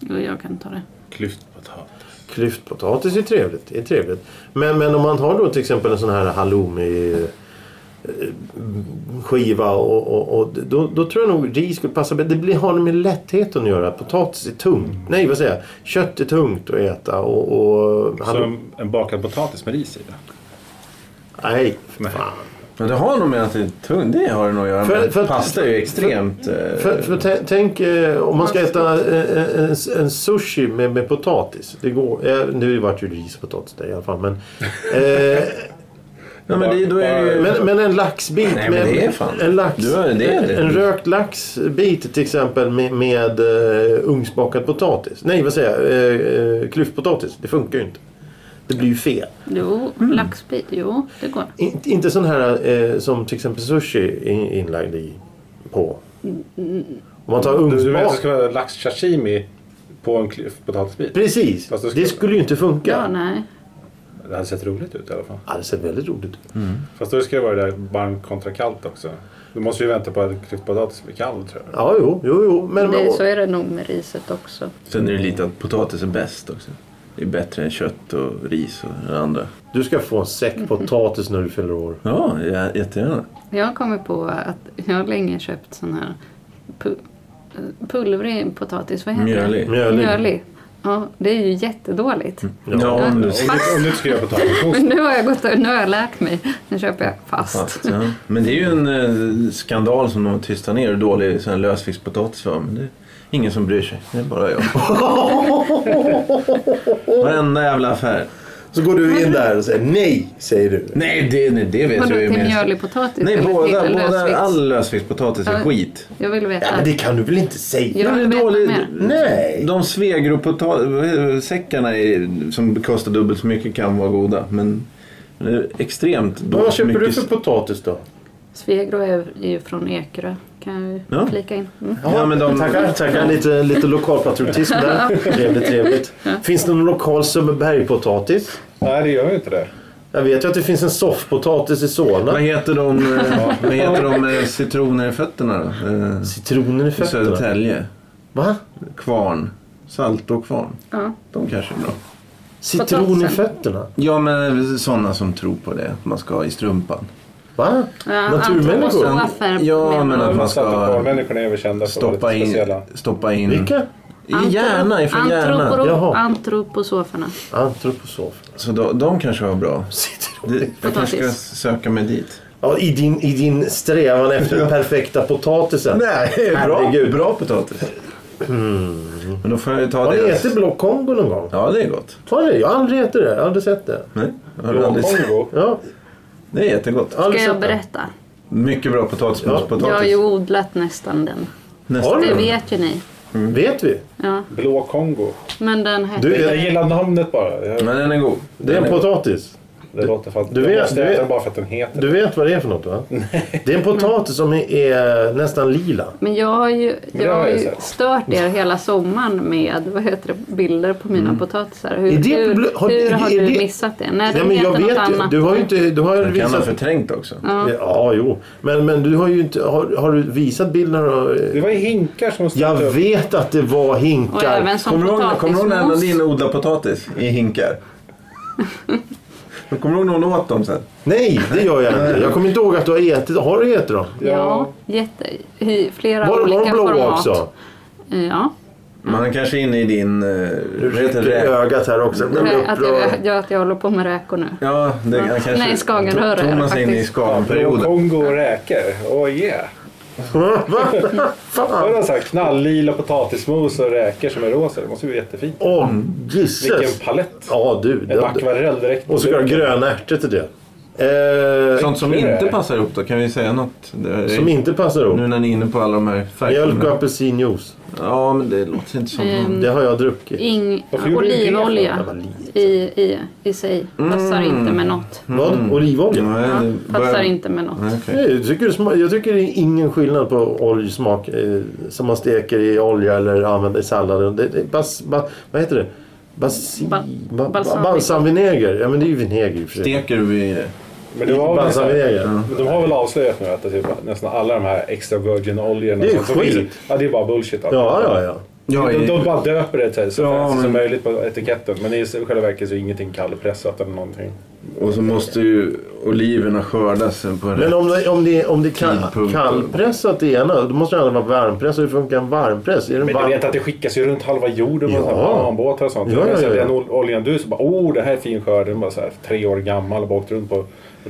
S4: Jo, jag kan ta det.
S3: Klyftpotatis.
S1: Klyftpotatis är trevligt. Är trevligt. Men, men om man har då till exempel en sån här halloumi eh, skiva och, och, och då, då tror jag nog ris skulle passa bättre. Det blir, har med lättheten att göra. Potatis är tungt. Nej, vad säger jag? Kött är tungt att äta och, och halloumi-
S3: Som en bakad potatis med ris i. det.
S1: Nej,
S3: Nej.
S1: fan.
S2: Men det har nog med att det är tungt. Det har det nog att göra
S1: För-
S2: med.
S1: för att-
S2: Pasta är ju extremt... eh,
S1: För, för tä- tänk eh, om man ska äta
S5: Alltså-
S1: eh, en, en sushi med, med potatis. Det går, eh, nu vart det ju ris och potatis där i alla fall. Men, eh,
S2: ja, men det, då är det ju...
S1: men, men en laxbit.
S2: Nej, men det är fan-
S1: En, lax,
S2: Du har- det är det.
S1: en rökt laxbit till exempel med, med eh, ugnsbakad potatis. Nej, vad säger jag? Eh, eh, klyftpotatis. Det funkar ju inte. Det blir ju fel.
S4: Jo, laxbit, jo, det går.
S1: In, inte sån här eh, som till exempel sushi är inlagd i, på.
S2: Mm,
S1: Om man tar
S5: Du, du vet att det
S1: ugnsbakad.
S5: ska vara lax-sashimi på en klyf- potatisbit?
S1: Precis.
S5: Fast det
S1: Det
S5: skulle-
S1: skulle ju inte funka.
S4: Ja, nej.
S5: Det hade sett roligt ut i alla fall.
S1: Ja, det ser väldigt roligt ut.
S5: Fast då ska det vara det där varmt kontra kallt också. Du måste ju vänta på att klyftpotatis blir kall tror jag.
S1: Ja, jo, jo, jo. Men,
S4: Det, så är det nog med riset också.
S2: Sen är det lite att potatis är bäst också. Det är bättre än kött och ris och det andra.
S1: Du ska få en säck potatis när du fyller år.
S2: Ja, jä- jättegärna.
S4: Jag har kommit på att jag har länge köpt sån här pu- eh, pulvrig potatis. Vad heter
S2: Mjölig.
S4: det?
S1: Mjölig.
S4: Ja, det är ju jättedåligt.
S2: Ja, om du...
S5: Om du inte ska göra potatismos.
S4: Men nu har jag gått och, nu har jag lärt mig. Nu köper jag fast.
S2: Fast, ja. Men det är ju en eh, skandal som de tystar ner hur dålig sån här lösviktspotatis var. Men det är ingen som bryr sig. Det är bara jag. Varenda jävla affär.
S1: Så går du in där och säger nej, säger du.
S2: Nej, det, nej, det vet
S4: Vadå
S2: jag ju
S4: till
S2: mer.
S4: mjölig potatis?
S2: Nej,
S4: eller
S2: båda,
S4: till
S2: båda,
S4: lösvikt?
S2: all lösviktspotatis är
S4: Ja.
S2: skit.
S4: Jag vill veta.
S1: Ja, men det kan du väl inte säga?
S4: Jag
S2: Nej,
S4: vill
S2: men
S4: veta
S2: dålig-
S4: mer.
S1: Nej.
S2: De svegropotatissäckarna som kostar dubbelt så mycket kan vara goda, men men det är extremt dåligt.
S1: Vad köper du
S2: mycket-
S1: för potatis då?
S4: Svegro är ju från Ekerö. Kan jag ju
S2: Ja.
S4: flika in. Mm.
S2: Ja, men de...
S1: Tackar, tackar. Lite, lite lokalpatriotism där. Trevligt, trevligt. Finns det någon lokal Sundbybergspotatis?
S3: Nej, det gör ju inte det.
S1: Jag vet ju att det finns en soffpotatis i Solna.
S2: Vad heter de, eh, vad heter de eh, citroner i fötterna då? Eh,
S1: Citroner i
S2: I
S1: fötterna.
S2: Södertälje.
S1: Va?
S2: Kvarn. Salt och kvarn.
S4: Ja.
S2: De kanske är bra.
S1: Citron i
S4: Potatisen.
S1: fötterna?
S2: Ja, men sådana som tror på det. Att man ska ha i strumpan.
S1: Va?
S4: Ja,
S1: Naturmänniskor?
S4: antroposofer
S2: Ja,
S4: menar
S2: men
S4: de.
S2: att man ska
S3: Människorna är väl kända för att vara
S2: stoppa
S3: lite
S2: in...
S3: speciella.
S2: Stoppa in...
S1: Vilka?
S2: I hjärna, ifrån hjärna.
S4: Antroporo-
S1: Jaha.
S4: Antroposoferna.
S1: Antroposof.
S2: Så de, de kanske var bra.
S1: Citron.
S2: Det, jag kanske ska
S4: Potatis.
S2: söka mig dit.
S1: Ja, i, din, I din strävan efter den perfekta potatisen.
S2: Nej,
S1: Herregud. Mm.
S2: bra potatis. Men då får jag ju ta
S1: Har ni
S2: det.
S1: ätit blå Kongo någon gång?
S2: Ja, det är gott.
S1: Har ni? Jag har aldrig ätit det. Jag har aldrig sett det.
S2: Nej, har du
S3: Blå
S2: aldrig sett?
S3: Kongo.
S1: Ja,
S2: Det är jättegott.
S1: aldrig
S4: Ska jag
S1: sett det.
S4: berätta?
S2: Mycket bra potatis.
S1: Ja.
S2: potatis.
S4: Jag har ju odlat nästan den.
S2: Nästa.
S1: Har du?
S4: Det
S1: Mm.
S4: vet ju ni.
S1: Vet vi?
S4: Ja.
S3: Blå Kongo.
S4: Men den hette...
S1: Du,
S3: Jag gillar namnet bara. Jag,
S2: Men den är god.
S1: Det är en potatis.
S3: det låter fan...
S1: du
S3: jag
S1: vet-
S3: måste
S1: du
S3: äta
S1: vet-
S3: den bara för att den heter
S1: Du vet vad det är för något va? Det är en potatis som är, är nästan lila.
S4: Men jag har ju,
S3: det
S4: jag
S3: har
S4: har
S3: jag
S4: ju
S3: sett.
S4: stört er hela sommaren med vad heter det, bilder på mina potatisar. Hur,
S1: Är det
S4: hur,
S1: bl- har-
S4: hur har
S1: är
S4: du
S1: det-
S4: missat det? Nej,
S1: Nej
S4: den
S1: men
S4: heter
S1: jag
S4: något
S1: vet ju.
S4: annat.
S1: Du har ju inte... Du har ju
S2: Den kan ha
S1: visat...
S2: förträngt också.
S1: Ja, jo. Men, men du har ju inte... Har, har du visat bilderna då?
S3: Det var ju hinkar som stod
S1: Jag vet att det var
S4: Och
S1: hinkar.
S4: även som
S2: Kommer du ihåg, kommer du ihåg när
S4: potatismos.
S2: Nadine odlade potatis i hinkar? kommer du ihåg när hon åt dem sen?
S1: Nej, det gör jag inte. Jag kommer inte ihåg att du har ätit. Har du ätit dem?
S4: Ja, jätte, i flera
S1: Var, var de
S4: olika
S1: blå
S4: format.
S1: också?
S4: Eh, Ja,
S2: Men han kanske är inne i din... eh,
S1: Du
S2: vad heter
S1: rycker i
S2: det?
S1: ögat här också. Jag blir
S4: Rä- att jag,
S1: upprörd.
S4: jag, att jag håller på med räkor nu.
S2: Ja, det, han kanske...
S4: Nej, skagenröra är det
S2: Thomas är inne i
S4: faktiskt.
S3: Blå
S2: skagenperioden.
S3: Kongo och räkor. Oh yeah. Vad är det så här knallila potatismos och räkor som är rosa? Det måste ju vara jättefint.
S1: Åh,
S3: Vilken
S1: gisses.
S3: palett.
S1: Ja, du.
S3: En
S1: Det,
S3: akvarell direkt.
S1: och så ska du ha gröna ärtor till det. Eh,
S2: Sånt som
S3: Tror du
S2: inte
S3: det?
S2: passar ihop då? Kan vi säga något? Det-
S1: som inte passar ihop.
S2: Nu när ni är inne på alla de här
S1: Mjölk och
S2: färgerna.
S1: apelsinjuice.
S2: Ja, men det låter inte som...
S4: Mm.
S1: Det har jag druckit.
S4: Ing,
S3: Varför gjorde du det för?
S1: Det
S4: olivolja
S1: var lite.
S4: i, i, i sig passar inte med något.
S1: Vad? Olivolja?
S2: Nej,
S4: Ja,
S2: det
S4: passar
S2: börjar-
S4: inte med något.
S2: Nej, Mm. okej.
S1: Nej, Jag tycker, det sma- jag tycker det är ingen skillnad på oljsmak eh, som man steker i olja eller använder i salladen. Det, det, bas, ba, vad heter det? Basi,
S4: Ba-
S1: ba, ba,
S4: balsamico.
S1: balsamvinäger. Ja men det är ju vinäger i och för sig.
S2: Steker du i...
S3: Men det var väl nästan-
S1: Balsamvinäger.
S3: Men de har väl avslöjat nu att det typ, nästan alla de här extra virgin oljorna
S1: Det är
S3: som- som finns-
S1: skit.
S3: Ja, det är bara bullshit. allt.
S1: Ja, ja, ja.
S2: Ja,
S3: De,
S2: i...
S3: de bara döper det till så
S2: Ja,
S3: fancy
S2: men-
S3: som möjligt på etiketten. Men i själva verket så är ingenting kallpressat eller någonting.
S2: Och så måste ju oliverna skördas på en
S1: Men
S2: rätt-
S1: om det, om det, om det är kall,
S2: Tidpunkt.
S1: kallpressat det ena, då måste det andra vara varmpressat. Hur funkar en varmpress? Är det
S3: Men
S1: varm...
S3: du vet att det skickas ju runt halva jorden på
S1: Ja.
S3: ja. båtar och sånt.
S1: Ja, ja,
S3: Så
S1: ja.
S3: Den ol- oljan du så bara åh det här är fin skörd. Den bara så här, tre år gammal och bara åkt runt på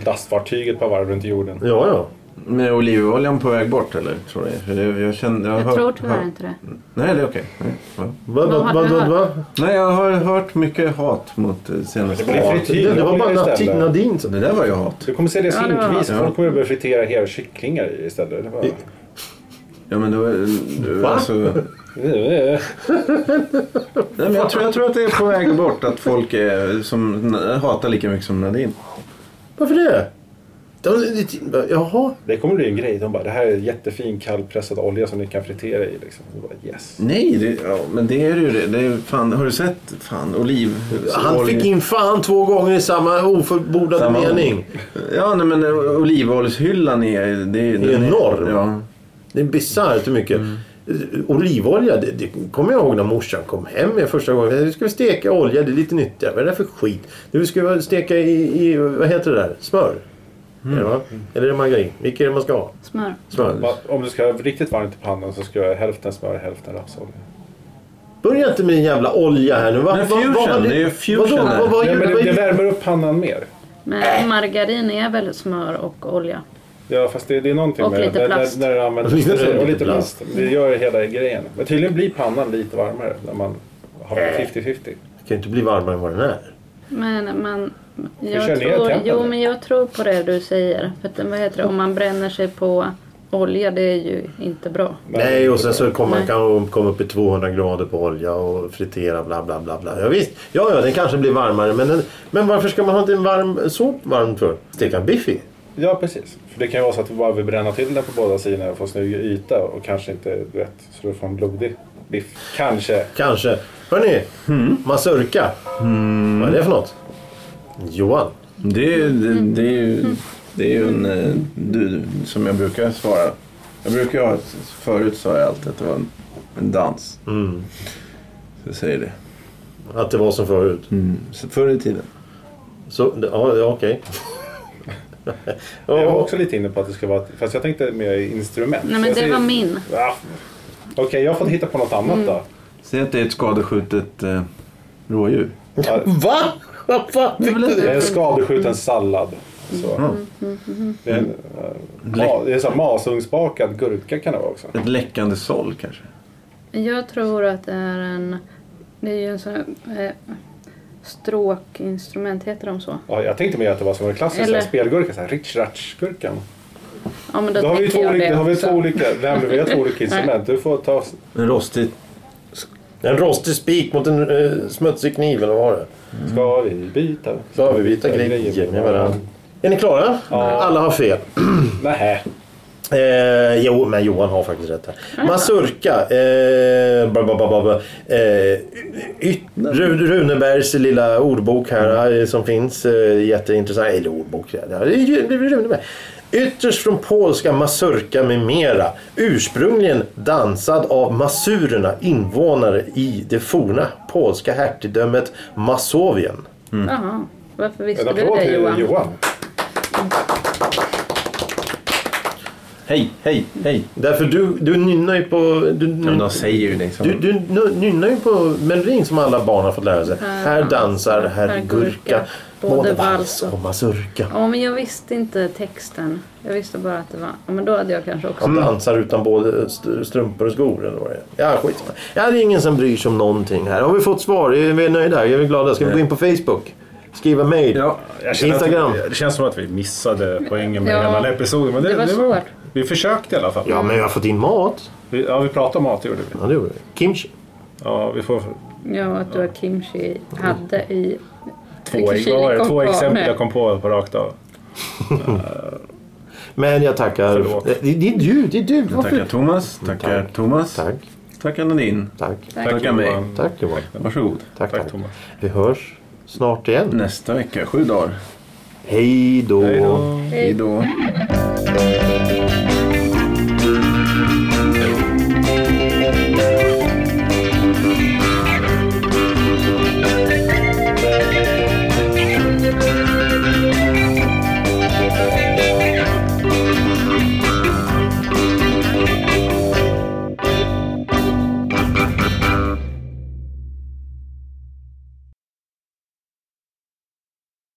S3: lastfartyget på varv runt jorden.
S1: Ja, ja.
S2: Med olivoljan på väg bort eller? Tror jag. För det- jag, känner, jag,
S4: Jag
S2: hör-
S4: tror tyvärr
S2: hör-
S4: inte det.
S2: Nej, det är okej. Nej, ja.
S1: Va,
S4: Vad
S1: va,
S4: har-
S1: va, va,
S4: vad
S1: va?
S2: Nej, jag har hört mycket hat mot eh, senaste...
S3: Det blir
S2: Ja.
S3: frityr.
S1: Det, det var bara
S3: olja istället.
S1: Nati- Nadine som...
S2: Det där var ju hat.
S3: Du kommer se det
S4: Ja, det var-
S3: zinkvis.
S2: Ja.
S3: Folk kommer börja fritera hela kycklingar i istället. Det var...
S2: Ja, men det var... det var Alltså, nej, men jag, tror, jag tror att det är på väg bort att folk är, som, hatar lika mycket som Nadine.
S1: Varför det? Det var- det- Jaha.
S3: Det kommer bli en grej. De bara, det här är jättefin kallpressad olja som ni kan fritera i. Liksom. Du bara, yes.
S2: Nej, det, ja, men det är ju det. det är, fan, har du sett fan, oliv...
S1: Han
S2: olja-
S1: fick in fan två gånger i samma oförbordade
S2: Samma-
S1: mening.
S2: Ja, nej, men eh, olivolshyllan är... Det, är-
S1: är
S2: den
S1: enorm.
S2: Ja.
S1: Det är bisarrt hur mycket.
S2: Mm.
S1: Eh, Olivolja, det, det kommer jag ihåg när morsan kom hem med första gången. Nu ska vi steka olja, det är lite nyttigare. Vad är det för skit? Nu ska vi steka i, i vad heter det där? Smör?
S2: Mm.
S1: Är det, va? Eller är det margarin? Vilket är det man ska ha?
S4: Smör.
S1: Smör.
S3: Va- Om du ska ha riktigt varmt i pannan så ska du ha hälften smör hälften rapsolja.
S1: Börja inte med en jävla olja här nu. Va,
S2: Men
S1: va- vad
S2: fusion,
S1: har ni-
S2: det är ju fusion
S1: Vadå?
S2: här.
S1: Vad, vad,
S3: Nej,
S1: gjorde-
S3: men det,
S1: vad,
S3: det
S1: gjorde-
S3: värmer upp pannan mer.
S4: Men margarin är väl smör och olja?
S3: Ja, fast det, det är någonting
S4: Och
S3: med
S4: lite
S3: när-
S4: plast.
S3: När, när den används,
S1: Lite
S3: precis, och
S1: lite
S3: lite plast. Det gör hela grejen. Men
S1: Eh.
S3: tydligen blir pannan lite varmare när man har 50-50.
S1: det kan ju inte bli varmare än vad den är.
S4: Men man,
S3: kör
S4: jag
S3: ner
S4: tror,
S3: tempen
S4: jo,
S3: där.
S4: men jag tror på det du säger. För att, vad heter det? Om man bränner sig på olja, det är ju inte bra.
S1: Nej, och sen så kommer man
S4: Nej.
S1: kan komma upp i 200 grader på olja och fritera bla bla bla. bla. Ja, visst, ja, ja, den kanske blir varmare men, den, men varför ska man ha en varm sop varm för? Steka en biff i.
S3: Ja, precis. För det kan ju vara så att du bara vill bränna till den på båda sidorna och få snygg yta och kanske inte du vet, så du får en blodig biff. Kanske.
S1: Kanske. Hörni, mazurka. Vad är det för något? Johan.
S2: Det är ju, det, det är ju, det är ju en, eh, du, du- som jag brukar svara. Jag brukar ju ha ett, förut sa jag alltid att det var en, en dans.
S1: Mm.
S2: Så jag säger det.
S1: Att det var som förut.
S2: Så förr i tiden.
S1: Så, ja, ja, okej.
S3: Jag var
S1: ja,
S3: också lite inne på att det ska vara... Fast jag tänkte mer instrument.
S4: Nej, men
S3: Jag
S4: det
S3: ser-
S4: var min. Mm.
S3: Ja. Okej, jag får hitta på något annat då.
S2: Säg att det är ett skadeskjutet eh, rådjur.
S1: Va? Vad fan
S2: Det är
S1: fick
S2: väl
S1: du det?
S3: Det är en skadeskjuten sallad. Så. Det är, en, eh, ma- det är så här masugnsbakad gurka kan det vara också.
S2: Ett läckande såll kanske.
S4: Jag tror att det är en... Det är ju en sån här, eh, stråkinstrument, heter de så?
S3: Ja, jag tänkte mer att det var som en klassisk
S4: Eller-
S3: Eller... spelgurka, så här Rich Ratch-gurkan.
S4: Ja, men då,
S3: Då har vi ju
S4: tänker
S3: två
S4: jag
S3: olika,
S4: det
S3: då har vi
S4: också.
S3: två olika, nej, men vi har två olika instrument. Du får ta...
S2: En rostigt.
S1: En rostig spik mot en eh, smutsig kniv eller vad var det?
S3: Ska vi byta?
S1: Så har vi vita grejer med varandra. Är ni klara? Alla har fel.
S3: Nej.
S1: Eh, jo, men Johan har faktiskt rätt här. Mazurka. Eh, ba, ba, ba, ba, ba, eh, yt, Ru- Runebergs lilla ordbok här eh, som finns. Eh, jätteintressant. Eller ordbok. ja, Det här är ju- det är Runeberg. Ytterst från polska mazurka med mera. Ursprungligen dansad av masurerna, invånare i det forna polska hertigdömet Masovien.
S4: Jaha, varför
S3: En
S4: visste du
S3: applåd
S4: det
S3: till
S4: Johan?
S3: eh, Johan.
S2: Hej, hej, hej.
S1: Därför du, du nynnar ju på... Du,
S2: Men de säger ju liksom.
S1: Du, du nu- nynnar ju på melodin som alla barn har fått lära sig. Här dansar herr
S4: herr
S1: Gurka,
S4: Gurka,
S1: både
S4: både
S1: vals
S4: vals
S1: och mazurka.
S4: Ja, men jag visste inte texten. Jag visste bara att det var... Ja, men då hade jag kanske också...
S3: Mm.
S1: Han dansar utan både st- strumpor och skor eller vad det är. Ja, skit. Ja, det är ingen som bryr sig om någonting här. Har vi fått svar? Är vi nöjda? Är vi glada? Ska vi gå in på Facebook? Skriva mejl?
S2: Ja,
S6: Jag känner
S1: Instagram?
S6: Att, det känns som att vi missade poängen med
S4: Ja,
S6: hela den här episoden. Men det,
S4: det var svårt.
S6: Vi försökte i alla fall.
S1: Ja, men vi har fått in mat.
S3: Vi- Ja, vi pratade om mat, gjorde vi.
S1: Ja, det gjorde vi. Kimchi.
S3: Ja, vi får
S4: Ja, att du har kimchi hade i...
S3: två,
S4: Chili
S3: vad var det?
S4: con
S3: två
S4: carne.
S3: exempel jag kom på på rakt av.
S1: Men jag tackar.
S3: Förlåt.
S1: Det, det är du. Det är du.
S2: Tackar Thomas. Tackar
S1: Tack.
S2: Thomas.
S1: Tack.
S2: Tackar Nadine.
S1: Tack.
S4: Tack.
S2: Tackar
S3: Tack,
S2: mig.
S3: Johan.
S1: Tack Johan.
S2: Varsågod.
S1: Tack,
S3: Tack,
S1: tack.
S3: Thomas. Mm.
S1: Vi hörs snart igen.
S2: Nästa vecka, sju dagar.
S1: Hej då.
S3: Hej då.
S2: Hej då.